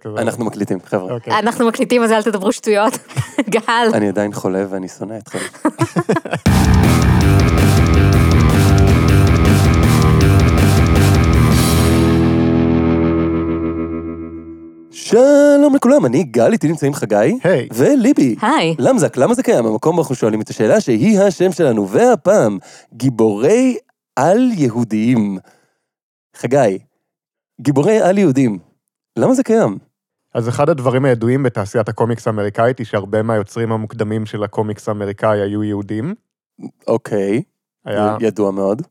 כזה. אנחנו מקליטים, חבר'ה. לא. אוקיי. אנחנו מקליטים, אז אל תדברו שטויות. גל, אני עדיין חולה ואני שונא אתכם. שלום לכולם, אני גל, איתי נמצאים חגי. היי. וליבי. היי. למזק, למה זה קיים? המקום בו אנחנו שואלים את השאלה שהיא השם שלנו, והפעם, גיבורי על יהודיים. חגי, גיבורי על יהודים, למה זה קיים? אז אחד הדברים הידועים בתעשיית הקומיקס האמריקאית היא שהרבה מהיוצרים המוקדמים של הקומיקס האמריקאי היו יהודים. אוקיי, היה, ידוע מאוד.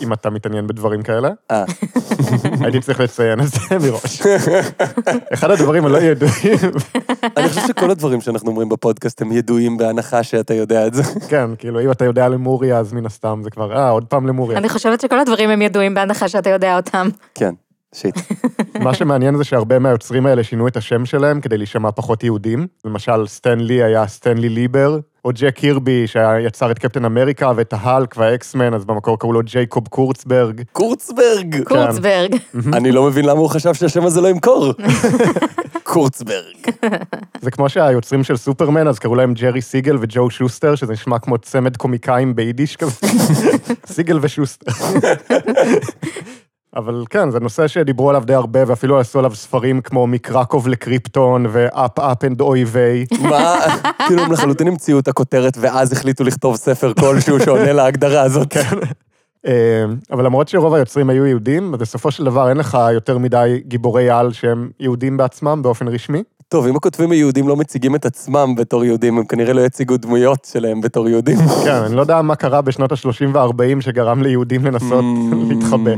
אם אתה מתעניין בדברים כאלה, אה, הייתי צריך לציין את זה מראש. אחד הדברים הלא ידועים, אני חושב שכל הדברים שאנחנו אומרים בפודקאסט הם ידועים בהנחה שאתה יודע את זה. כן, כאילו, אם אתה יודע למוריה, אז מן הסתם זה כבר, אה, עוד פעם למוריה. אני חושבת שכל הדברים הם ידועים בהנחה שאתה יודע אותם. כן, שיט. מה שמעניין זה שהרבה מהיוצרים האלה שינו את השם שלהם כדי להישמע פחות יהודים. למשל, סטנלי היה סטנלי ליבר, או ג'ק קירבי, שיצר את קפטן אמריקה ואת ההלק והאקסמן, אז במקור קראו לו ג'ייקוב קורצברג. קורצברג! קורצברג. אני לא מבין למה הוא חשב שהשם הזה לא ימכור. קורצברג. זה כמו שהיוצרים של סופרמן, אז קראו להם ג'רי סיגל וג'ו שוסטר, שזה נשמע כמו צמד קומיקאים ביידיש כזה. סיגל ושוסטר. אבל כן, זה נושא שדיברו עליו די הרבה, ואפילו עשו עליו ספרים כמו מקרקוב לקריפטון ו-up up and אוי ויי. מה? כאילו הם לחלוטין המציאו את הכותרת ואז החליטו לכתוב ספר כלשהו שעונה להגדרה הזאת. אה, אבל למרות שרוב היוצרים היו יהודים, אז בסופו של דבר אין לך יותר מדי גיבורי על שהם יהודים בעצמם באופן רשמי. טוב, אם הכותבים היהודים לא מציגים את עצמם בתור יהודים, הם כנראה לא יציגו דמויות שלהם בתור יהודים. כן, אני לא יודע מה קרה בשנות ה-30 וה-40 שגרם ליהודים לנסות להתחבא.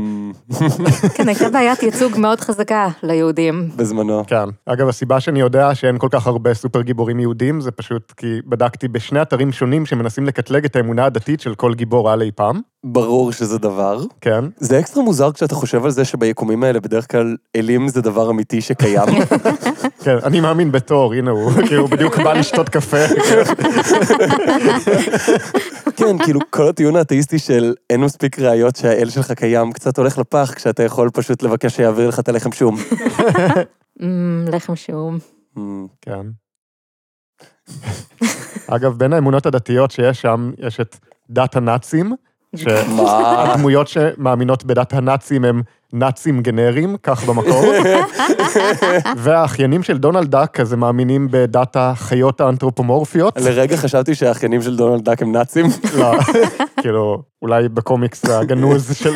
כן, הייתה בעיית ייצוג מאוד חזקה ליהודים. בזמנו. כן. אגב, הסיבה שאני יודע שאין כל כך הרבה סופר גיבורים יהודים, זה פשוט כי בדקתי בשני אתרים שונים שמנסים לקטלג את האמונה הדתית של כל גיבור על אי פעם. ברור שזה דבר. כן. זה אקסטרה מוזר כשאתה חושב על זה שביקומים האלה בדרך כלל אלים זה דבר אמיתי שקיים. כן, אני מאמין בתור, הנה הוא, כי הוא בדיוק בא לשתות קפה. כן, כאילו, כל הטיעון האתאיסטי של אין מספיק ראיות שהאל שלך קיים, קצת הולך לפח כשאתה יכול פשוט לבקש שיעביר לך את הלחם שום. אמ, לחם שום. אמ, כן. אגב, בין האמונות הדתיות שיש שם, יש את דת הנאצים, מה? שהדמויות שמאמינות בדת הנאצים הם נאצים גנריים, כך במקור, והאחיינים של דונלד דאק כזה מאמינים בדת החיות האנתרופומורפיות. לרגע חשבתי שהאחיינים של דונלד דאק הם נאצים. לא, כאילו, אולי בקומיקס הגנוז של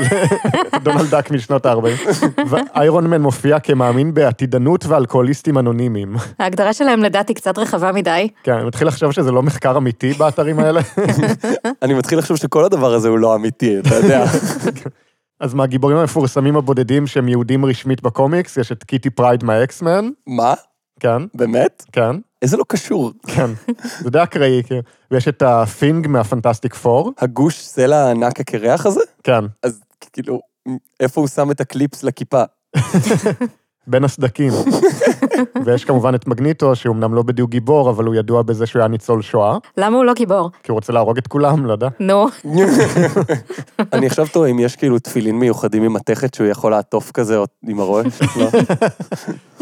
דונלד דאק משנות ה-40. ואיירון מן מופיע כמאמין בעתידנות ואלכוהוליסטים אנונימיים. ההגדרה שלהם לדעתי קצת רחבה מדי. כן, אני מתחיל לחשוב שזה לא מחקר אמיתי באתרים האלה. אני מתחיל לחשוב שכל הדבר הזה הוא לא אמיתי, אתה יודע. אז מהגיבורים המפורסמים הבודדים שהם יהודים רשמית בקומיקס, יש את קיטי פרייד מהאקסמן, מה? כן, באמת? כן, איזה לא קשור. כן, זה די אקראי, כן. ויש את הפינג מהפנטסטיק פור, הגוש סלע הענק הקרח הזה? כן, אז כאילו, איפה הוא שם את הקליפס לכיפה? בין הסדקים. ויש כמובן את מגניטו, שאומנם לא בדיוק גיבור, אבל הוא ידוע בזה שהוא היה ניצול שואה, למה הוא לא גיבור? כי הוא רוצה להרוג את כולם, לא יודע. נו, אני עכשיו תוהה אם יש כאילו תפילין מיוחדים עם מתכת שהוא יכול לעטוף כזה או- עם הראש? לא.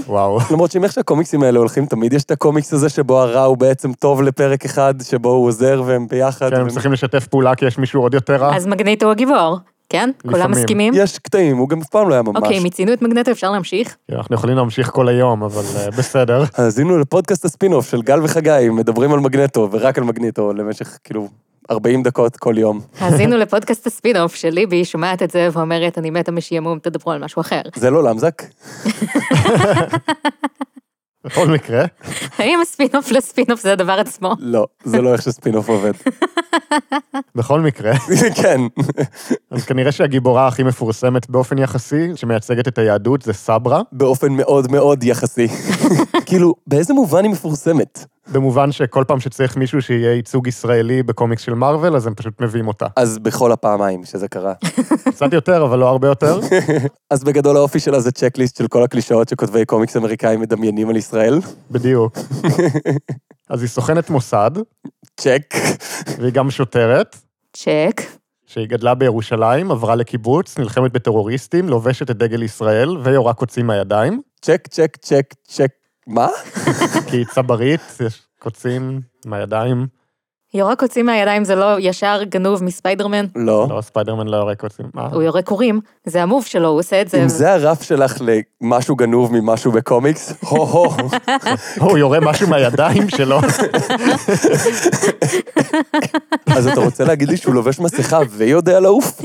וואו. למרות שאם איך שהקומיקסים האלה הולכים, תמיד יש את הקומיקס הזה שבו הרע הוא בעצם טוב לפרק אחד, שבו הוא עוזר והם ביחד. כן, הם והם- צריכים לשתף פעולה כי יש מישהו עוד יותר רע. אז מגנטו הוא הגיבור. כן? כולם לפעמים. מסכימים? יש קטעים, הוא גם אף פעם לא היה ממש. אוקיי, מיצינו את מגנטו, אפשר להמשיך? כן, אנחנו יכולים להמשיך כל היום, אבל אה, בסדר. האזינו לפודקאסט הספינוף של גל וחגי, מדברים על מגנטו, ורק על מגנטו, למשך כאילו 40 דקות כל יום. האזינו לפודקאסט הספינוף של ליבי, שומעת את זה ואומרת, אני מתה משעמום, תדברו על משהו אחר. זה לא למזק? בכל מקרה, האם הספינוף לספינוף זה הדבר עצמו? לא, זה לא איך שספינוף עובד. בכל מקרה. כן. אז כנראה שהגיבורה הכי מפורסמת באופן יחסי, שמייצגת את היהדות, זה סברה, באופן מאוד מאוד יחסי. כאילו, באיזה מובן היא מפורסמת? במובן שכל פעם שצריך מישהו שיהיה ייצוג ישראלי בקומיקס של מארוול, אז הם פשוט מביאים אותה. אז בכל הפעמיים שזה קרה. קצת יותר, אבל לא הרבה יותר. אז בגדול האופי שלה זה צ'קליסט של כל הקלישאות שכותבי קומיקס אמריקאים מדמיינים על ישראל. בדיוק. אז היא סוכנת מוסד, צ'ק. והיא גם שוטרת, צ'ק. שהיא גדלה בירושלים, עברה לקיבוץ, נלחמת בטרוריסטים, לובשת את דגל ישראל ויורה קוצים מהידיים. צ'ק, צ'ק, צ'ק, צ'ק. מה? כי היא צברית, יש קוצים מהידיים. יורה קוצים מהידיים זה לא ישר גנוב מספיידרמן, לא. לא, ספיידרמן לא יורה קוצים. מה? הוא יורה קורים, זה המוב שלו, הוא עושה את זה. אם זה הרף שלך למשהו גנוב ממשהו בקומיקס, הו-הו. הוא יורה משהו מהידיים שלו. אז אתה רוצה להגיד לי שהוא לובש מסכה ויודע לעוף?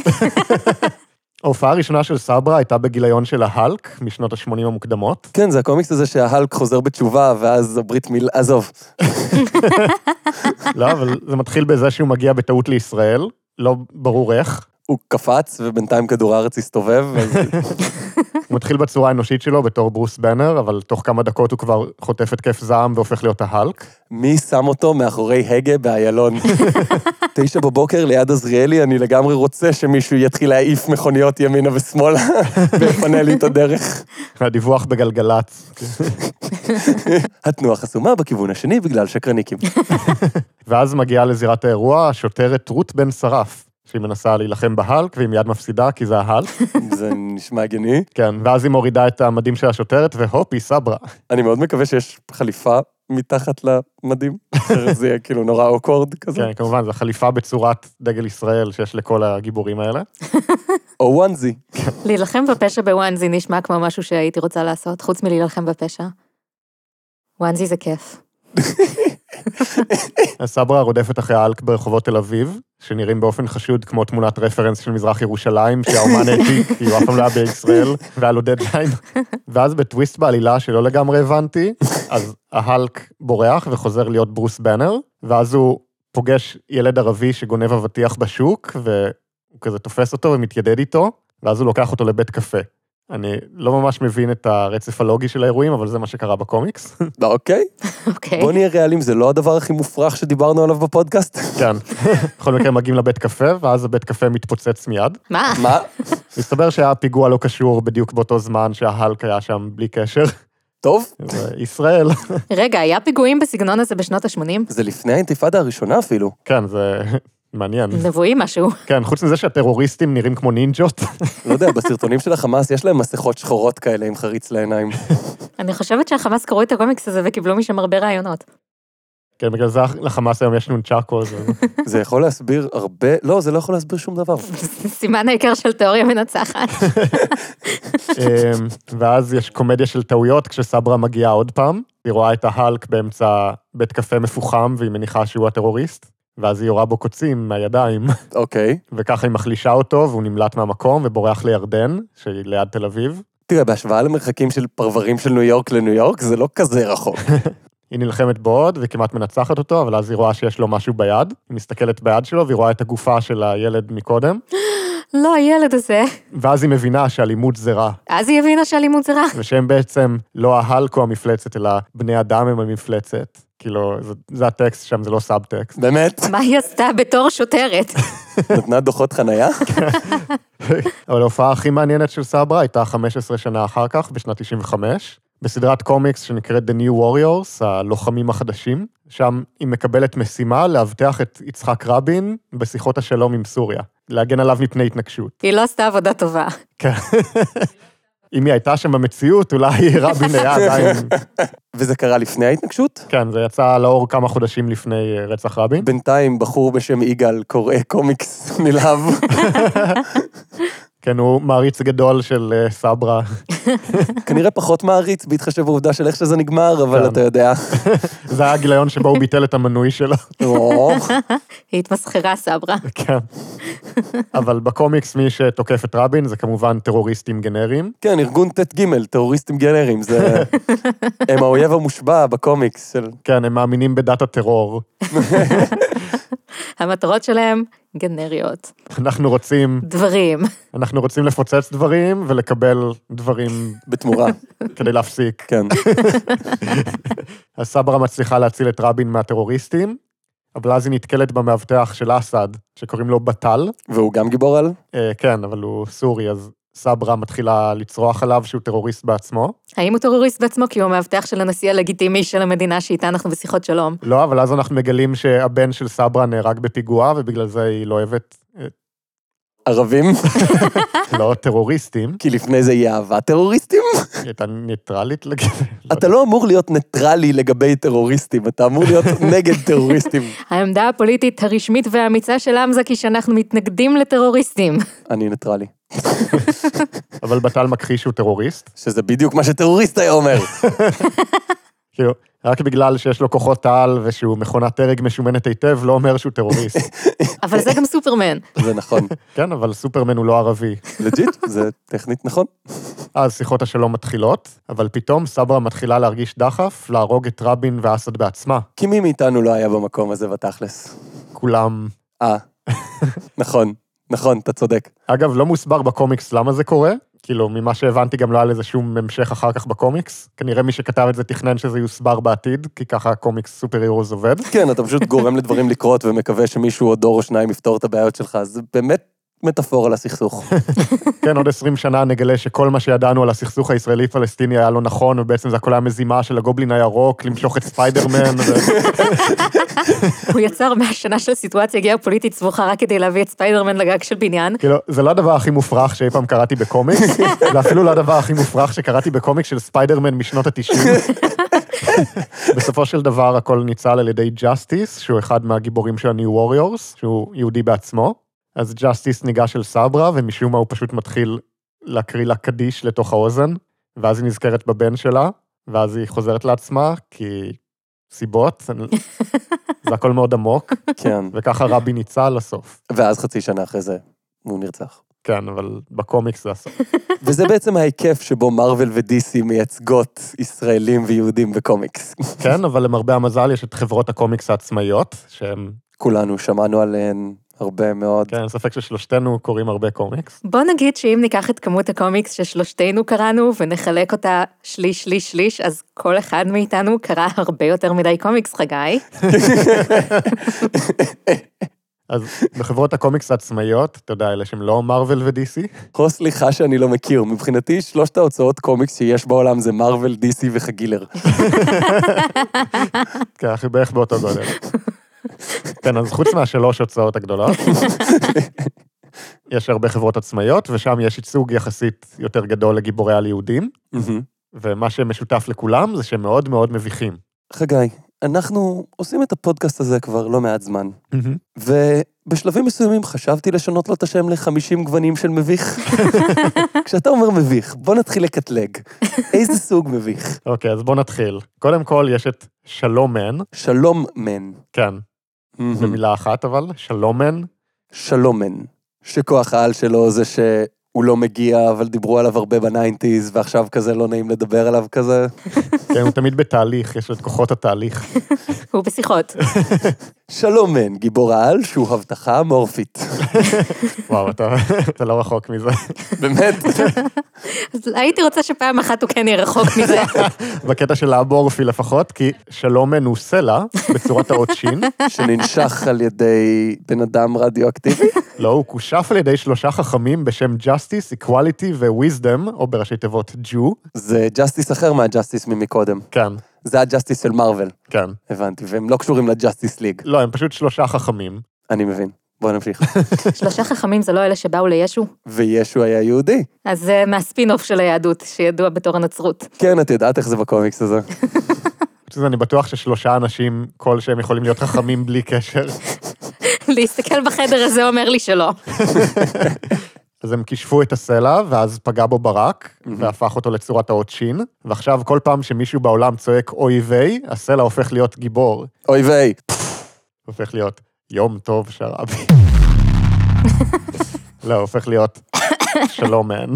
ההופעה הראשונה של סברה הייתה בגיליון של ההלק, משנות ה-80 המוקדמות. כן, זה הקומיקס הזה שההלק חוזר בתשובה, ואז הברית מיל... עזוב. לא, אבל זה מתחיל בזה שהוא מגיע בטעות לישראל, לא ברור איך. הוא קפץ, ובינתיים כדור הארץ הסתובב, אז הוא מתחיל בצורה האנושית שלו בתור ברוס בנר, אבל תוך כמה דקות הוא כבר חוטף התקף זעם והופך להיות ההלק. מי שם אותו מאחורי הגה באיילון? תשע בבוקר ליד עזריאלי, אני לגמרי רוצה שמישהו יתחיל להעיף מכוניות ימינה ושמאלה, ויפנה לי את הדרך. הדיווח בגלגלצ. התנועה חסומה בכיוון השני בגלל שקרניקים. ואז מגיעה לזירת האירוע השוטרת רות בן שרף, שהיא מנסה להילחם בהלק, והיא מיד מפסידה, כי זה ההלק. זה נשמע הגיוני. כן, ואז היא מורידה את המדים של השוטרת, והופ, היא סברה. אני מאוד מקווה שיש חליפה מתחת למדים, אחרת זה יהיה כאילו נורא אוקורד כזה. כן, כמובן, זו חליפה בצורת דגל ישראל שיש לכל הגיבורים האלה. או וונזי. להילחם בפשע בוואנזי נשמע כמו משהו שהייתי רוצה לעשות, חוץ מלהילחם בפשע. וואנזי זה כיף. אז סברה רודפת אחרי האלק ברחובות תל אביב, שנראים באופן חשוד כמו תמונת רפרנס של מזרח ירושלים, שהאומן העתיק, כי הוא אף פעם לא היה בישראל, והיה לו דדליין. ואז בטוויסט בעלילה שלא לגמרי הבנתי, אז ההלק בורח וחוזר להיות ברוס בנר, ואז הוא פוגש ילד ערבי שגונב אבטיח בשוק, והוא כזה תופס אותו ומתיידד איתו, ואז הוא לוקח אותו לבית קפה. אני לא ממש מבין את הרצף הלוגי של האירועים, אבל זה מה שקרה בקומיקס. אוקיי. אוקיי. בוא נהיה ריאליים, זה לא הדבר הכי מופרך שדיברנו עליו בפודקאסט? כן. בכל מקרה מגיעים לבית קפה, ואז הבית קפה מתפוצץ מיד. מה? מה? מסתבר שהיה פיגוע לא קשור בדיוק באותו זמן שההלק היה שם בלי קשר. טוב, זה ישראל. רגע, היה פיגועים בסגנון הזה בשנות ה-80? זה לפני האינתיפאדה הראשונה אפילו. כן, זה מעניין. נבואי משהו. כן, חוץ מזה שהטרוריסטים נראים כמו נינג'ות, לא יודע, בסרטונים של החמאס יש להם מסכות שחורות כאלה עם חריץ לעיניים. אני חושבת שהחמאס קראו את הקומיקס הזה וקיבלו משם הרבה רעיונות. כן, בגלל זה לחמאס היום יש נונצ'אקו, זה זה יכול להסביר הרבה... לא, זה לא יכול להסביר שום דבר. סימן העיקר של תיאוריה מנצחת. אמ, ואז יש קומדיה של טעויות כשסברה מגיעה עוד פעם. היא רואה את ההלק באמצע בית קפה מפוחם, והיא מניחה שהוא הטרוריסט, ואז היא יורה בו קוצים מהידיים, אוקיי. וככה היא מחלישה אותו, והוא נמלט מהמקום ובורח לירדן, שהיא ליד תל אביב. תראה, בהשוואה למרחקים של פרברים של ניו יורק לניו יורק, זה לא כזה רחוק. היא נלחמת בו עוד וכמעט מנצחת אותו, אבל אז היא רואה שיש לו משהו ביד. היא מסתכלת ביד שלו והיא רואה את הגופה של הילד מקודם, לא, הילד הזה. ואז היא מבינה שאלימות זה רע, אז היא הבינה שאלימות זה רע. ושהם בעצם לא ההלקו המפלצת, אלא בני אדם הם המפלצת. כאילו, זה, זה הטקסט שם, זה לא סאב-טקסט. באמת? מה היא עשתה בתור שוטרת? נתנה דוחות חנייה? אבל ההופעה הכי מעניינת של סברה הייתה 15 שנה אחר כך, בשנת 95, בסדרת קומיקס שנקראת The New Warriors, הלוחמים החדשים. שם היא מקבלת משימה לאבטח את יצחק רבין בשיחות השלום עם סוריה, להגן עליו מפני התנגשות. היא לא עשתה עבודה טובה. כן. אם היא הייתה שם במציאות, אולי רבין היה עדיין... וזה קרה לפני ההתנגשות? כן, זה יצא לאור כמה חודשים לפני אה, רצח רבין. בינתיים בחור בשם יגאל קורא קומיקס נלהב. כן, הוא מעריץ גדול של אה, סברה. כנראה פחות מעריץ, בהתחשב בעובדה של איך שזה נגמר, אבל כן. אתה יודע. זה היה הגיליון שבו הוא ביטל את המנוי שלו. או, היא התמסחרה, סברה. כן. אבל בקומיקס מי שתוקף את רבין זה כמובן טרוריסטים גנריים. כן, ארגון ט"ג, טרוריסטים גנרים, זה... הם האויב המושבע בקומיקס של... כן, הם מאמינים בדת הטרור. המטרות שלהם, גנריות. אנחנו רוצים, דברים. אנחנו רוצים לפוצץ דברים ולקבל דברים בתמורה, כדי להפסיק. כן. אז סברה מצליחה להציל את רבין מהטרוריסטים, אבל אז היא נתקלת במאבטח של אסד, שקוראים לו בטל. והוא גם גיבור על? אה, כן, אבל הוא סורי, אז סברה מתחילה לצרוח עליו שהוא טרוריסט בעצמו. האם הוא טרוריסט בעצמו כי הוא המאבטח של הנשיא הלגיטימי של המדינה שאיתה אנחנו בשיחות שלום? לא, אבל אז אנחנו מגלים שהבן של סברה נהרג בפיגוע, ובגלל זה היא לא אוהבת... ערבים, לא טרוריסטים, כי לפני זה היא אהבה טרוריסטים. היא הייתה ניטרלית לגמרי. אתה לא אמור להיות ניטרלי לגבי טרוריסטים, אתה אמור להיות נגד טרוריסטים. העמדה הפוליטית הרשמית והאמיצה של אמזק היא שאנחנו מתנגדים לטרוריסטים. אני ניטרלי. אבל בטל מכחיש שהוא טרוריסט. שזה בדיוק מה שטרוריסט היה אומר. כאילו, רק בגלל שיש לו כוחות על ושהוא מכונת הרג משומנת היטב, לא אומר שהוא טרוריסט. אבל זה גם סופרמן. זה נכון. כן, אבל סופרמן הוא לא ערבי. לג'יט, זה טכנית נכון. אז שיחות השלום מתחילות, אבל פתאום סברה מתחילה להרגיש דחף להרוג את רבין ואסד בעצמה. כי מי מאיתנו לא היה במקום הזה בתכלס? כולם... אה, נכון, נכון, אתה צודק. אגב, לא מוסבר בקומיקס למה זה קורה. כאילו, ממה שהבנתי גם לא היה לזה שום המשך אחר כך בקומיקס. כנראה מי שכתב את זה תכנן שזה יוסבר בעתיד, כי ככה הקומיקס סופר הירוס עובד. כן, אתה פשוט גורם לדברים לקרות ומקווה שמישהו עוד דור או שניים יפתור את הבעיות שלך, אז זה באמת מטאפורה לסכסוך. כן, עוד 20 שנה נגלה שכל מה שידענו על הסכסוך הישראלי-פלסטיני היה לא נכון, ובעצם זה הכל היה מזימה של הגובלין הירוק למשוך את ספיידרמן. ו... הוא יצר מהשנה של סיטואציה גיאופוליטית סבוכה רק כדי להביא את ספיידרמן לגג של בניין. כאילו, זה לא הדבר הכי מופרך שאי פעם קראתי בקומיקס, ואפילו לא הדבר הכי מופרך שקראתי בקומיקס של ספיידרמן משנות ה-90. בסופו של דבר הכל ניצל על ידי ג'סטיס, שהוא אחד מהגיבורים של ה-New Warriors, שהוא יהודי בעצמו. אז ג'סטיס ניגש אל סברה, ומשום מה הוא פשוט מתחיל להקריא לה קדיש לתוך האוזן, ואז היא נזכרת בבן שלה, ואז היא חוזרת לעצמה, כי סיבות, אני- זה הכל מאוד עמוק, כן, וככה רבי ניצל לסוף. ואז חצי שנה אחרי זה הוא נרצח. כן, אבל בקומיקס זה הסוף. וזה בעצם ההיקף שבו מארוול ודי-סי מייצגות ישראלים ויהודים בקומיקס. כן, אבל למרבה המזל יש את חברות הקומיקס העצמאיות, שהן, כולנו שמענו עליהן הרבה מאוד. כן, אין ספק ששלושתנו קוראים הרבה קומיקס. בוא נגיד שאם ניקח את כמות הקומיקס ששלושתנו קראנו ונחלק אותה שליש, שליש, שליש, אז כל אחד מאיתנו קרא הרבה יותר מדי קומיקס, חגי. אז בחברות הקומיקס העצמאיות, אתה יודע, אלה שהם לא מרוויל ודי-סי, או סליחה שאני לא מכיר, מבחינתי שלושת ההוצאות קומיקס שיש בעולם זה מארוול, די-סי וחגילר. כן, אנחנו בערך באותו גודל. כן, אז חוץ מהשלוש הוצאות הגדולות, יש הרבה חברות עצמאיות, ושם יש ייצוג יחסית יותר גדול לגיבורי על יהודים, מהמם. ומה שמשותף לכולם זה שהם מאוד מאוד מביכים. חגי, אנחנו עושים את הפודקאסט הזה כבר לא מעט זמן, ובשלבים מסוימים חשבתי לשנות לו את השם ל-50 גוונים של מביך. כשאתה אומר מביך, בוא נתחיל לקטלג. איזה סוג מביך? אוקיי, אז בואו נתחיל. קודם כל, יש את שלומן, שלום מן. כן, זו Mm. מילה אחת אבל, שלומן, שלומן, שכוח העל שלו זה שהוא לא מגיע, אבל דיברו עליו הרבה בניינטיז, ועכשיו כזה לא נעים לדבר עליו כזה. כן, הוא תמיד בתהליך, יש לו את כוחות התהליך. הוא בשיחות. שלומן, גיבור העל שהוא הבטחה אמורפית. וואו, אתה אתה לא רחוק מזה. באמת? אז הייתי רוצה שפעם אחת הוא כן יהיה רחוק מזה. בקטע של האמורפי לפחות, כי שלומן הוא סלע, בצורת האות שין, שננשך על ידי בן אדם רדיואקטיבי? לא, הוא כושף על ידי שלושה חכמים בשם Justice, Equality ו-Wisdom, או בראשי תיבות Jew. זה ג'סטיס אחר מהג'סטיס ממקודם. כן, זה הג'סטיס של מארוול, כן. הבנתי, והם לא קשורים לג'סטיס ליג. לא, הם פשוט שלושה חכמים. אני מבין. בואו נמשיך. שלושה חכמים זה לא אלה שבאו לישו? וישו היה יהודי. אז זה מהספין-אוף של היהדות, שידוע בתור הנצרות. כן, את יודעת איך זה בקומיקס הזה. חוץ מזה, אני בטוח ששלושה אנשים כלשהם יכולים להיות חכמים בלי קשר. להסתכל בחדר הזה אומר לי שלא. אז הם כישפו את הסלע, ואז פגע בו ברק, והפך אותו לצורת האות שין, ועכשיו כל פעם שמישהו בעולם צועק אוי ויי, הסלע הופך להיות גיבור. אוי ויי. הופך להיות יום טוב שרבי. לא, הופך להיות שלום מן.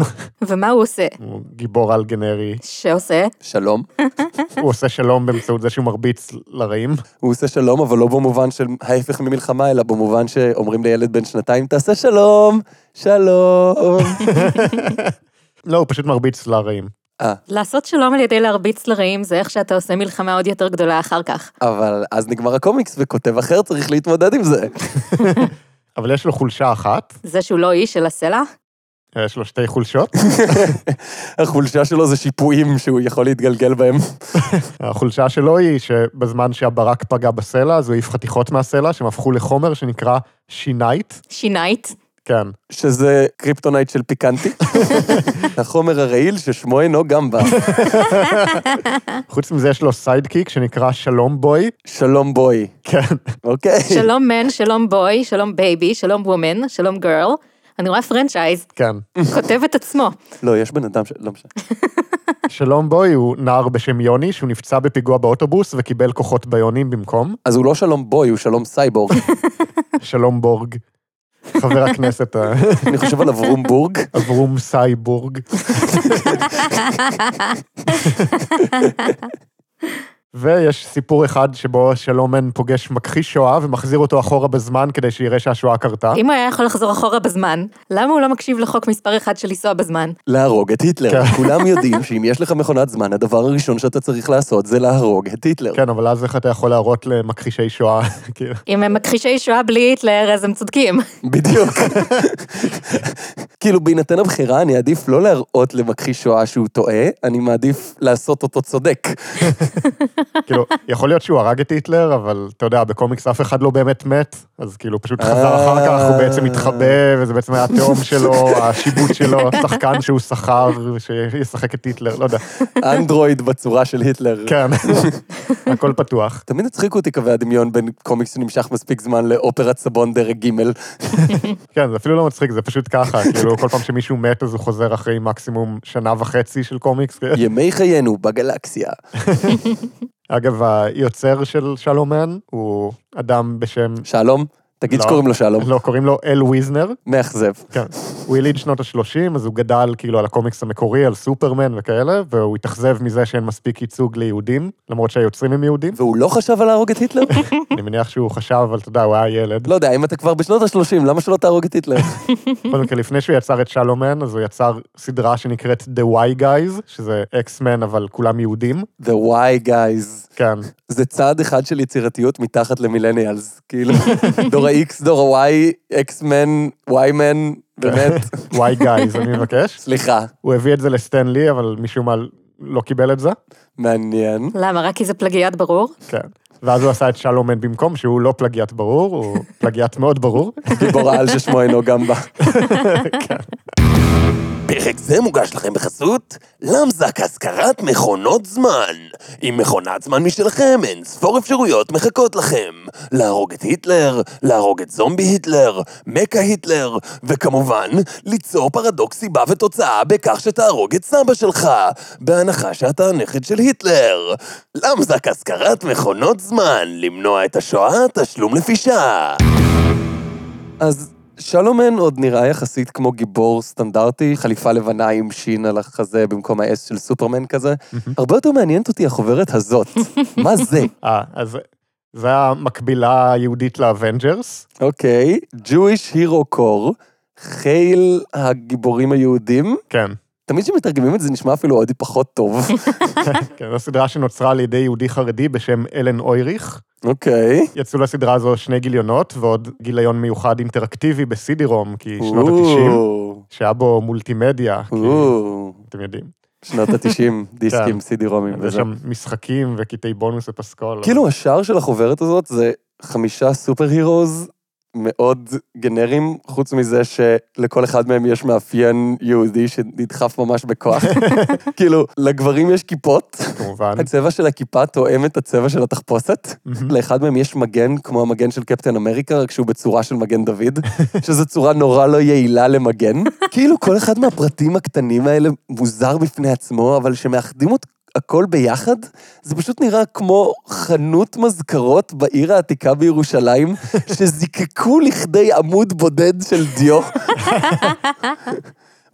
ומה הוא עושה? הוא גיבור על גנרי. שעושה? שלום. הוא עושה שלום באמצעות זה שהוא מרביץ לרעים. הוא עושה שלום, אבל לא במובן של ההפך ממלחמה, אלא במובן שאומרים לילד בן שנתיים, תעשה שלום, שלום. לא, הוא פשוט מרביץ לרעים. אה, לעשות שלום על ידי להרביץ לרעים זה איך שאתה עושה מלחמה עוד יותר גדולה אחר כך. אבל אז נגמר הקומיקס, וכותב אחר צריך להתמודד עם זה. אבל יש לו חולשה אחת, זה שהוא לא איש של הסלע? יש לו שתי חולשות. החולשה שלו זה שיפועים שהוא יכול להתגלגל בהם. החולשה שלו היא שבזמן שהברק פגע בסלע, אז הוא העיף חתיכות מהסלע, שהם הפכו לחומר שנקרא שינייט, שינייט? כן. שזה קריפטונייט של פיקנטי, החומר הרעיל ששמו אינו גמבה. חוץ מזה, יש לו סיידקיק שנקרא שלום בוי. שלום בוי, כן. אוקיי? שלום מן, שלום בוי, שלום בייבי, שלום וומן, שלום גרל. אני רואה פרנצ'ייז, כן. כותב את עצמו. לא, יש בן אדם ש... לא משנה. שלום בוי הוא נער בשם יוני, שהוא נפצע בפיגוע באוטובוס וקיבל כוחות ביונים במקום. אז הוא לא שלום בוי, הוא שלום סייבורג. שלום בורג. חבר הכנסת ה- אני חושב על אברום בורג. אברום סייבורג. ויש סיפור אחד שבו שלומן פוגש מכחיש שואה ומחזיר אותו אחורה בזמן כדי שיראה שהשואה קרתה. אם הוא היה יכול לחזור אחורה בזמן, למה הוא לא מקשיב לחוק מספר אחד של לנסוע בזמן? להרוג את היטלר. כן. כולם יודעים שאם יש לך מכונת זמן, הדבר הראשון שאתה צריך לעשות זה להרוג את היטלר. כן, אבל אז איך אתה יכול להראות למכחישי שואה? כאילו, אם הם מכחישי שואה בלי היטלר, אז הם צודקים. בדיוק. כאילו, בהינתן הבחירה, אני אעדיף לא להראות למכחיש שואה שהוא טועה, אני מעדיף לעשות אותו צודק. כאילו, יכול להיות שהוא הרג את היטלר, אבל אתה יודע, בקומיקס אף אחד לא באמת מת, אז כאילו, פשוט חזר אחר כך, הוא בעצם התחבא, וזה בעצם היה התהום שלו, השיבוט שלו, השחקן שהוא שכר, שישחק את היטלר, לא יודע. אנדרואיד בצורה של היטלר. כן, הכל פתוח. תמיד הצחיקו אותי קווי הדמיון בין קומיקס שנמשך מספיק זמן לאופרת סבון דרג ג'. כן, זה אפילו לא מצחיק, זה פשוט ככה, כאילו, כל פעם שמישהו מת, אז הוא חוזר אחרי מקסימום שנה וחצי של קומיקס. ימי חיינו בגלקסיה. אגב, היוצר של שלומן הוא אדם בשם... שלום? תגיד לא. שקוראים לו שלום. לא, קוראים לו אל ויזנר. מאכזב. כן. הוא יליד שנות ה-30, אז הוא גדל כאילו על הקומיקס המקורי, על סופרמן וכאלה, והוא התאכזב מזה שאין מספיק ייצוג ליהודים, למרות שהיוצרים הם יהודים. והוא לא חשב על להרוג את היטלר? אני מניח שהוא חשב, אבל אתה יודע, הוא היה ילד. לא יודע, אם אתה כבר בשנות ה-30, למה שלא תהרוג את היטלר? בכל מקרה, לפני שהוא יצר את שלומן, אז הוא יצר סדרה שנקראת The Why Guys, שזה אקסמן, אבל כולם יהודים. The why guys. כן, זה צעד אחד של יצירתיות מתחת למילניאלס. כאילו, דור ה-X, דור ה-Y, X-Men, Y-Men, באמת. Why Guys, אני מבקש. סליחה, הוא הביא את זה לסטן לי, אבל משום מה לא קיבל את זה. מעניין. למה, רק כי זה פלגיאט ברור? כן. ואז הוא עשה את שלומן במקום, שהוא לא פלגיאט ברור, הוא פלגיאט מאוד ברור. גיבור העל ששמו אינו גמבה. פרק זה מוגש לכם בחסות למזק השכרת מכונות זמן. עם מכונת זמן משלכם אין ספור אפשרויות מחכות לכם. להרוג את היטלר, להרוג את זומבי היטלר, מכה היטלר, וכמובן, ליצור פרדוקס סיבה ותוצאה בכך שתהרוג את סבא שלך, בהנחה שאתה הנכד של היטלר. למזק השכרת מכונות זמן, למנוע את השואה, תשלום לפי שעה. אז שלומן עוד נראה יחסית כמו גיבור סטנדרטי, חליפה לבנה עם שין על החזה במקום האס של סופרמן כזה. הרבה יותר מעניינת אותי החוברת הזאת. מה זה? אה, אז זה המקבילה היהודית לאבנג'רס. אוקיי, Jewish Hero Core, חיל הגיבורים היהודים. כן. תמיד כשמתרגמים את זה נשמע אפילו עוד פחות טוב. כן, זו סדרה שנוצרה על ידי יהודי חרדי בשם אלן אויריך. אוקיי. יצאו לסדרה הזו שני גיליונות ועוד גיליון מיוחד אינטראקטיבי בסידי-רום, כי שנות ה-90, או, שהיה בו מולטימדיה, כי או, אתם יודעים. שנות ה-90, דיסקים, סידי-רומים יש וזה. אוקיי. שם משחקים וקטעי בונוס ופסקול. כאילו השער של החוברת הזאת זה חמישה סופר הירוז מאוד גנריים, חוץ מזה שלכל אחד מהם יש מאפיין יהודי שנדחף ממש בכוח. כאילו, לגברים יש כיפות, כמובן. הצבע של הכיפה תואם את הצבע של התחפושת. מהמם. לאחד מהם יש מגן כמו המגן של קפטן אמריקה, רק שהוא בצורה של מגן דוד, שזו צורה נורא לא יעילה למגן. כאילו כל אחד מהפרטים הקטנים האלה מוזר בפני עצמו, אבל שמאחדים אות- הכל ביחד, זה פשוט נראה כמו חנות מזכרות בעיר העתיקה בירושלים, שזיקקו לכדי עמוד בודד של דיו.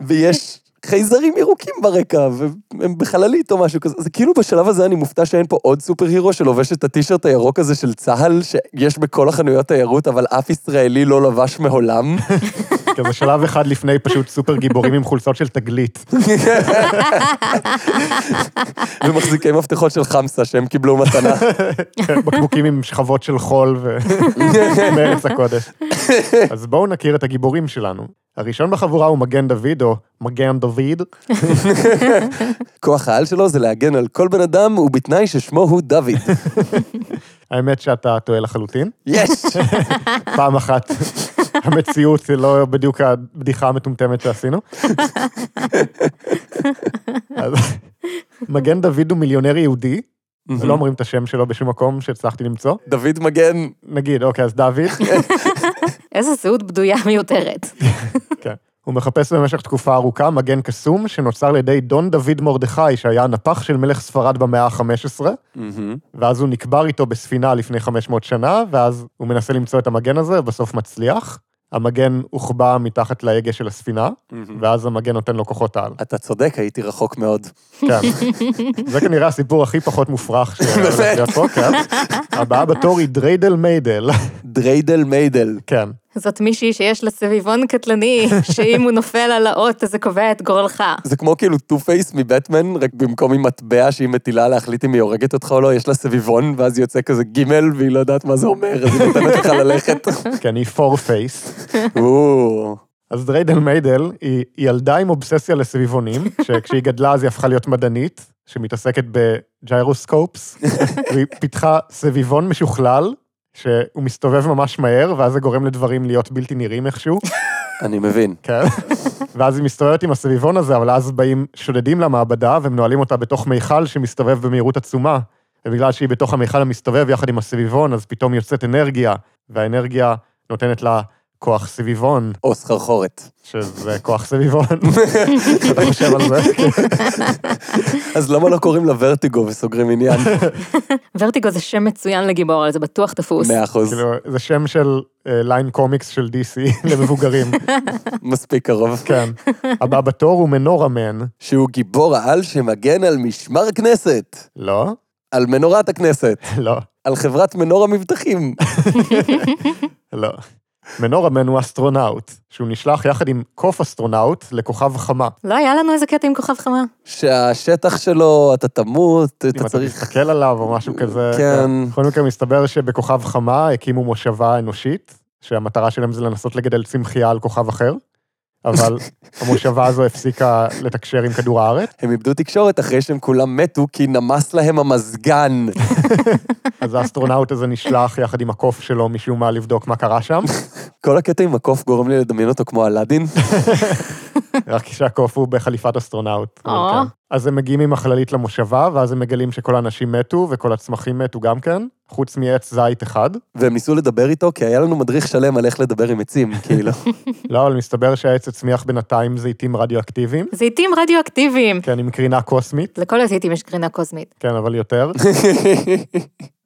ויש חייזרים ירוקים ברקע, והם בחללית או משהו כזה. זה כאילו בשלב הזה אני מופתע שאין פה עוד סופר הירו שלובש את הטישרט הירוק הזה של צה"ל, שיש בכל החנויות תיירות, אבל אף ישראלי לא לבש מעולם. כזה שלב אחד לפני פשוט סופר גיבורים עם חולצות של תגלית. ומחזיקי מפתחות של חמסה שהם קיבלו מתנה. כן, בקבוקים עם שכבות של חול ו... מארץ הקודש. אז בואו נכיר את הגיבורים שלנו. הראשון בחבורה הוא מגן דוד, או מגן דוד, כוח העל שלו זה להגן על כל בן אדם, ובתנאי ששמו הוא דוד. האמת שאתה טועה לחלוטין. יש! פעם אחת המציאות היא לא בדיוק הבדיחה המטומטמת שעשינו. אז מגן דוד הוא מיליונר יהודי, לא אומרים את השם שלו בשום מקום שהצלחתי למצוא. דוד מגן, נגיד, אוקיי, אז דוד, איזה זהות בדויה מיותרת. הוא מחפש במשך תקופה ארוכה מגן קסום שנוצר על ידי דון דוד מרדכי, שהיה הנפח של מלך ספרד במאה ה-15, ואז הוא נקבר איתו בספינה לפני 500 שנה, ואז הוא מנסה למצוא את המגן הזה, ובסוף מצליח. המגן הוחבא מתחת להגה של הספינה, ואז המגן נותן לו כוחות על. אתה צודק, הייתי רחוק מאוד. כן. זה כנראה הסיפור הכי פחות מופרך שהולך באמת? להיות פה, כן. הבאה בתור היא דריידל מיידל, דריידל מיידל. כן. זאת מישהי שיש לה סביבון קטלני, שאם הוא נופל על האות אז זה קובע את גורלך. זה כמו כאילו טו פייס מבטמן, רק במקום עם מטבע שהיא מטילה להחליט אם היא הורגת אותך או לא, יש לה סביבון, ואז יוצא כזה גימל, והיא לא יודעת מה זה אומר, אז היא נותנת לך ללכת. כן, היא פור פייס. או, אז דריידל מיידל היא היא ילדה עם אובססיה לסביבונים, שכשהיא גדלה אז היא הפכה להיות מדענית, שמתעסקת בג'יירוסקופס, והיא פיתחה סביבון משוכלל, שהוא מסתובב ממש מהר, ואז זה גורם לדברים להיות בלתי נראים איכשהו, אני מבין. כן. ואז היא מסתובבת עם הסביבון הזה, אבל אז באים, שודדים למעבדה, והם נועלים אותה בתוך מיכל שמסתובב במהירות עצומה. ובגלל שהיא בתוך המיכל המסתובב יחד עם הסביבון, אז פתאום יוצאת אנרגיה, והאנרגיה נותנת לה כוח סביבון. או סחרחורת. שזה כוח סביבון, אתה חושב על זה? כאילו, אז למה לא קוראים לה ורטיגו וסוגרים עניין? ורטיגו זה שם מצוין לגיבור, אבל זה בטוח תפוס. מאה אחוז, כאילו, זה שם של אה, ליין קומיקס של DC למבוגרים, מספיק קרוב. כן. הבא בתור הוא מנורה מן, שהוא גיבור העל שמגן על משמר הכנסת, לא? על מנורת הכנסת, לא, על חברת מנור המבטחים. לא. מנורה מן הוא אסטרונאוט, שהוא נשלח יחד עם קוף אסטרונאוט לכוכב חמה. לא היה לנו איזה קטע עם כוכב חמה? שהשטח שלו, אתה תמות, אם אתה אתה צריך... מסתכל עליו או משהו כזה. כן. בכל מקרה, מסתבר שבכוכב חמה הקימו מושבה אנושית, שהמטרה שלהם זה לנסות לגדל צמחייה על כוכב אחר, אבל המושבה הזו הפסיקה לתקשר עם כדור הארץ. הם איבדו תקשורת אחרי שהם כולם מתו, כי נמס להם המזגן. אז האסטרונאוט הזה נשלח יחד עם הקוף שלו משום מה לבדוק מה קרה שם, כל הקטע עם הקוף גורם לי לדמיין אותו כמו אלאדין. רק שהקוף הוא בחליפת אסטרונאוט. אבל אה. כן. אז הם מגיעים עם החללית למושבה, ואז הם מגלים שכל האנשים מתו וכל הצמחים מתו גם כן, חוץ מעץ זית אחד. והם ניסו לדבר איתו, כי היה לנו מדריך שלם על איך לדבר עם עצים, כאילו. לא, אבל מסתבר שהעץ הצמיח בינתיים זיתים רדיואקטיביים. זיתים רדיואקטיביים. כן, עם קרינה קוסמית, לכל הזיתים יש קרינה קוסמית. כן, אבל יותר.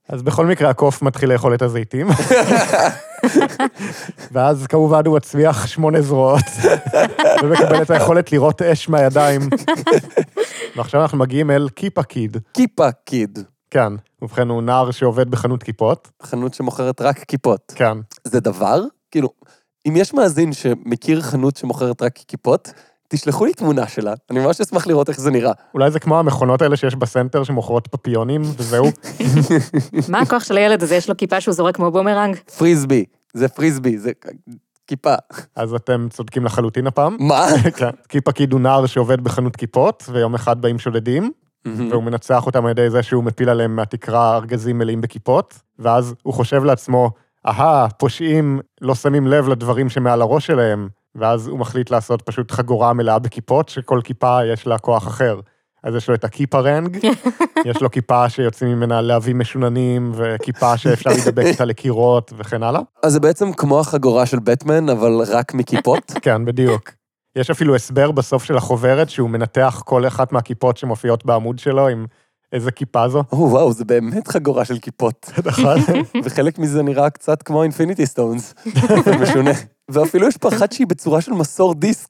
אז בכל מקרה, הקוף מתחיל לאכול את הזיתים. ואז כמובן הוא מצמיח שמונה זרועות, ומקבל את היכולת לראות אש מהידיים. ועכשיו אנחנו מגיעים אל כיפה קיד. כיפה קיד, כן, ובכן, הוא נער שעובד בחנות כיפות. חנות שמוכרת רק כיפות. כן. זה דבר? כאילו, אם יש מאזין שמכיר חנות שמוכרת רק כיפות, תשלחו לי תמונה שלה, אני ממש אשמח לראות איך זה נראה. אולי זה כמו המכונות האלה שיש בסנטר שמוכרות פפיונים, וזהו. מה הכוח של הילד הזה? יש לו כיפה שהוא זורק כמו בומרנג? כן, פריסבי, זה פריסבי, זה כיפה. אז אתם צודקים לחלוטין הפעם. מה? כן. כיפה קיד הוא נער שעובד בחנות כיפות, ויום אחד באים שודדים, והוא מנצח אותם על ידי זה שהוא מפיל עליהם מהתקרה ארגזים מלאים בכיפות, ואז הוא חושב לעצמו, אהה, פושעים לא שמים לב לדברים שמעל הראש שלהם, ואז הוא מחליט לעשות פשוט חגורה מלאה בכיפות, שכל כיפה יש לה כוח אחר. אז יש לו את הכיפרנג, יש לו כיפה שיוצאים ממנה להבים משוננים, וכיפה שאפשר להידבק איתה לקירות וכן הלאה. אז זה בעצם כמו החגורה של בטמן, אבל רק מכיפות. כן, בדיוק. יש אפילו הסבר בסוף של החוברת שהוא מנתח כל אחת מהכיפות שמופיעות בעמוד שלו עם איזה כיפה זו. או וואו, זה באמת חגורה של כיפות. נכון. וחלק מזה נראה קצת כמו אינפיניטי סטונס. משונה. ואפילו יש פה אחת שהיא בצורה של מסור דיסק.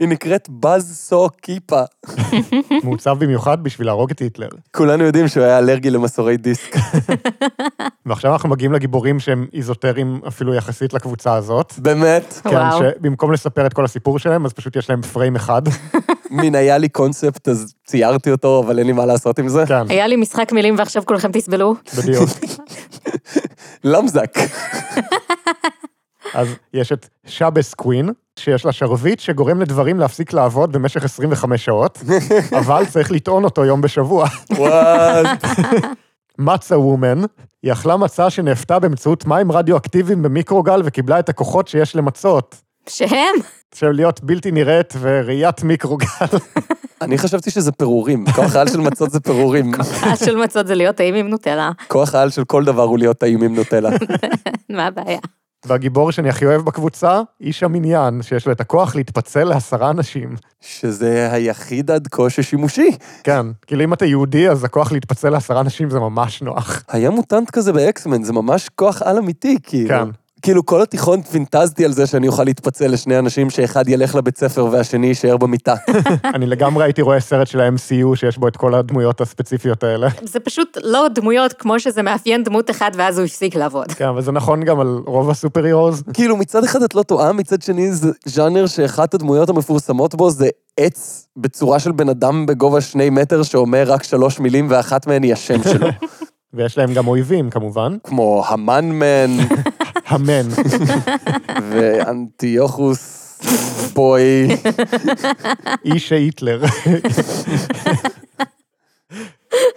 היא נקראת באז סו כיפה. מעוצב במיוחד בשביל להרוג את היטלר. כולנו יודעים שהוא היה אלרגי למסורי דיסק. ועכשיו אנחנו מגיעים לגיבורים שהם איזוטריים אפילו יחסית לקבוצה הזאת. באמת. כן, וואו. שבמקום לספר את כל הסיפור שלהם, אז פשוט יש להם פריים אחד. מין היה לי קונספט, אז ציירתי אותו, אבל אין לי מה לעשות עם זה. כן, היה לי משחק מילים ועכשיו כולכם תסבלו? בדיוק. למזק. אז יש את שבס קווין, שיש לה שרביט שגורם לדברים להפסיק לעבוד במשך 25 שעות, אבל צריך לטעון אותו יום בשבוע. וואט. מצה וומן, היא אכלה מצה שנאפתה באמצעות מים רדיואקטיביים במיקרוגל וקיבלה את הכוחות שיש למצות, שהם? של להיות בלתי נראית וראיית מיקרוגל. אני חשבתי שזה פירורים. כוח העל של מצות זה פירורים. רעש של מצות זה להיות טעים עם נוטלה, כוח העל של כל דבר הוא להיות טעים עם נוטלה. מה הבעיה? והגיבור שאני הכי אוהב בקבוצה, איש המניין, שיש לו את הכוח להתפצל לעשרה אנשים. שזה היחיד עד כה ששימושי. כן, כאילו אם אתה יהודי, אז הכוח להתפצל לעשרה אנשים זה ממש נוח. היה מוטנט כזה באקסמן, זה ממש כוח על אמיתי, כאילו. כן. כאילו, כל התיכון פינטזתי על זה שאני אוכל להתפצל לשני אנשים, שאחד ילך לבית ספר והשני יישאר במיטה. אני לגמרי הייתי רואה סרט של ה-MCU שיש בו את כל הדמויות הספציפיות האלה. זה פשוט לא דמויות כמו שזה מאפיין דמות אחת ואז הוא הפסיק לעבוד. כן, אבל זה נכון גם על רוב הסופר הירוז. כאילו, מצד אחד את לא טועה, מצד שני זה ז'אנר שאחת הדמויות המפורסמות בו זה עץ בצורה של בן אדם בגובה שני מטר שאומר רק שלוש מילים ואחת מהן היא השם שלו. ויש להם גם אויבים, כמובן. כמו המאנמן המן. ואנטיוכוס בוי. איש היטלר.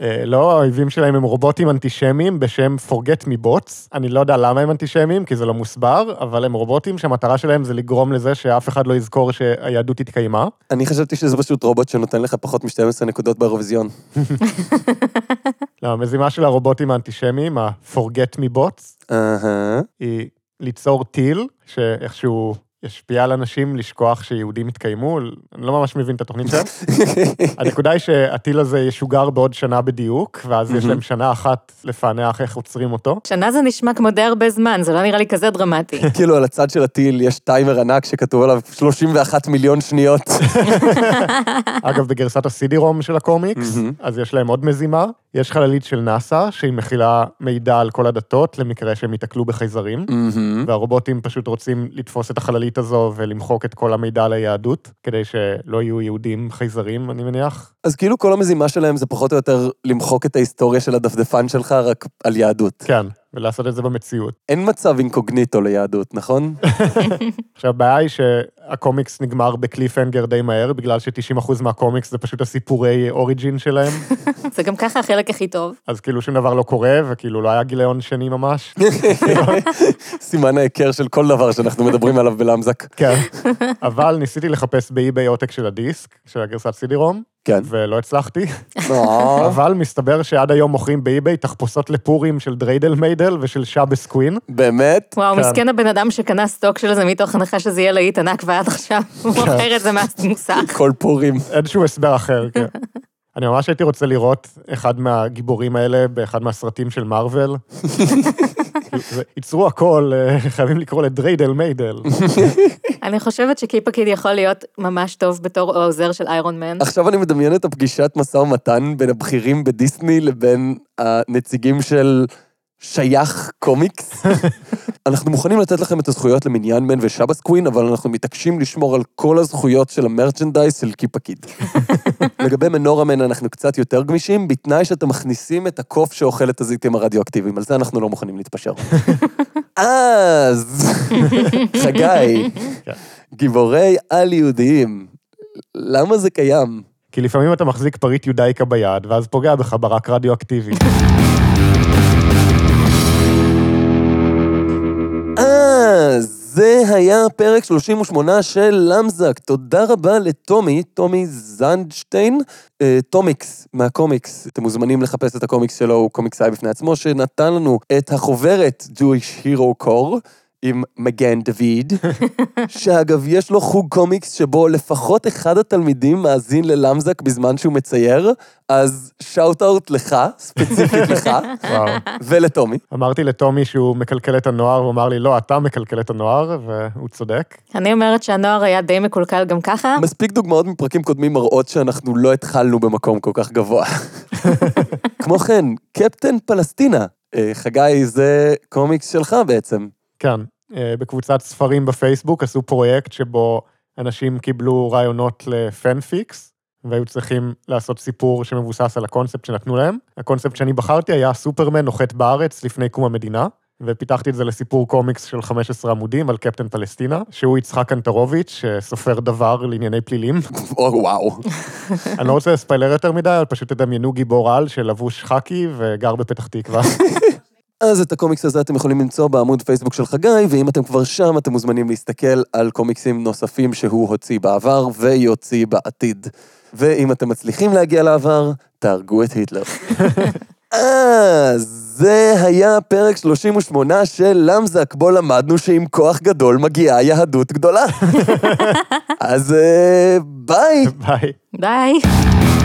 אה, לא, האויבים שלהם הם רובוטים אנטישמיים בשם Forget Me Bots. אני לא יודע למה הם אנטישמיים, כי זה לא מוסבר, אבל הם רובוטים שהמטרה שלהם זה לגרום לזה שאף אחד לא יזכור שהיהדות התקיימה. אני חשבתי שזה פשוט רובוט שנותן לך פחות מ-12 נקודות באירוויזיון. המזימה של הרובוטים האנטישמיים, ה-Forget Me Bots, אהה. היא ליצור טיל שאיכשהו ישפיע על אנשים לשכוח שיהודים התקיימו. אני לא ממש מבין את התוכנית שלהם. הנקודה היא שהטיל הזה ישוגר בעוד שנה בדיוק, ואז יש להם שנה אחת לפענח איך עוצרים אותו. שנה זה נשמע כמו די הרבה זמן, זה לא נראה לי כזה דרמטי. כאילו על הצד של הטיל יש טיימר ענק שכתוב עליו 31 מיליון שניות. אגב, בגרסת ה-CD-ROM של הקומיקס, מהמם. אז יש להם עוד מזימה. יש חללית של נאסא, שהיא מכילה מידע על כל הדתות, למקרה שהם ייתקלו בחייזרים. Mm-hmm. מהמם. והרובוטים פשוט רוצים לתפוס את החללית הזו ולמחוק את כל המידע על היהדות, כדי שלא יהיו יהודים חייזרים, אני מניח. אז כאילו כל המזימה שלהם זה פחות או יותר למחוק את ההיסטוריה של הדפדפן שלך רק על יהדות. כן, ולעשות את זה במציאות. אין מצב אינקוגניטו ליהדות, נכון? עכשיו, הבעיה היא שהקומיקס נגמר בקליפהנגר די מהר, בגלל ש-90% מהקומיקס זה פשוט הסיפורי אוריג'ין שלהם, זה גם ככה החלק הכי טוב. אז כאילו שום דבר לא קורה, וכאילו לא היה גיליון שני ממש. סימן ההיכר של כל דבר שאנחנו מדברים עליו בלמזק. כן. אבל ניסיתי לחפש באי-ביי עותק של הדיסק, של הגרסת סידי-רום, כן. ולא הצלחתי, אה, אבל מסתבר שעד היום מוכרים באי-ביי תחפושות לפורים של דריידל מיידל ושל שבס קווין. באמת? וואו, כן. מסכן הבן אדם שקנה סטוק של זה מתוך הנחה שזה יהיה להיט ענק, ועד עכשיו הוא מוכר את זה מהמוסך. כל פורים. אין שום הסבר אחר, כן. אני ממש הייתי רוצה לראות אחד מהגיבורים האלה באחד מהסרטים של מארוול. זה- ייצרו הכל, אה, חייבים לקרוא לדריידל מיידל. אני חושבת שקיפה קיד יכול להיות ממש טוב בתור העוזר של איירון מן. עכשיו אני מדמיין את הפגישת משא ומתן בין הבכירים בדיסני לבין הנציגים של שייך קומיקס. אנחנו מוכנים לתת לכם את הזכויות למניין מן ושבאס קווין, אבל אנחנו מתעקשים לשמור על כל הזכויות של המרצ'נדייז של קיפקיד. לגבי מנורה מן אנחנו קצת יותר גמישים, בתנאי שאתם מכניסים את הקוף שאוכל את הזיתים הרדיואקטיביים, על זה אנחנו לא מוכנים להתפשר. אז, חגי, כן. גיבורי על-יהודיים, למה זה קיים? כי לפעמים אתה מחזיק פריט יודאיקה ביד, ואז פוגע בך ברק רדיואקטיבי. אה, זה היה פרק 38 של למזק. תודה רבה לטומי, טומי זנדשטיין, אה, טומיקס מהקומיקס. אתם מוזמנים לחפש את הקומיקס שלו, הוא קומיקסאי בפני עצמו, שנתן לנו את החוברת Jewish Hero Core. עם מגן דוד, שאגב, יש לו חוג קומיקס שבו לפחות אחד התלמידים מאזין ללמזק בזמן שהוא מצייר, אז שאוט אאוט לך, ספציפית לך, וואו. ולטומי. אמרתי לטומי שהוא מקלקל את הנוער, הוא אמר לי, לא, אתה מקלקל את הנוער, והוא צודק. אני אומרת שהנוער היה די מקולקל גם ככה. מספיק דוגמאות מפרקים קודמים מראות שאנחנו לא התחלנו במקום כל כך גבוה. כמו כן, קפטן פלסטינה. אה, חגי, זה קומיקס שלך בעצם. כן, אה, בקבוצת ספרים בפייסבוק עשו פרויקט שבו אנשים קיבלו רעיונות לפנפיקס, והיו צריכים לעשות סיפור שמבוסס על הקונספט שנתנו להם. הקונספט שאני בחרתי היה סופרמן נוחת בארץ לפני קום המדינה, ופיתחתי את זה לסיפור קומיקס של 15 עמודים על קפטן פלסטינה, שהוא יצחק אנטרוביץ', סופר דבר לענייני פלילים. או, וואו. אני לא רוצה לספיילר יותר מדי, אבל פשוט תדמיינו גיבור על שלבוש חאקי וגר בפתח תקווה. אז את הקומיקס הזה אתם יכולים למצוא בעמוד פייסבוק של חגי, ואם אתם כבר שם, אתם מוזמנים להסתכל על קומיקסים נוספים שהוא הוציא בעבר ויוציא בעתיד. ואם אתם מצליחים להגיע לעבר, תהרגו את היטלר. אה, זה היה פרק 38 של למזק, בו למדנו שעם כוח גדול מגיעה יהדות גדולה. אז אה, ביי. ביי. ביי.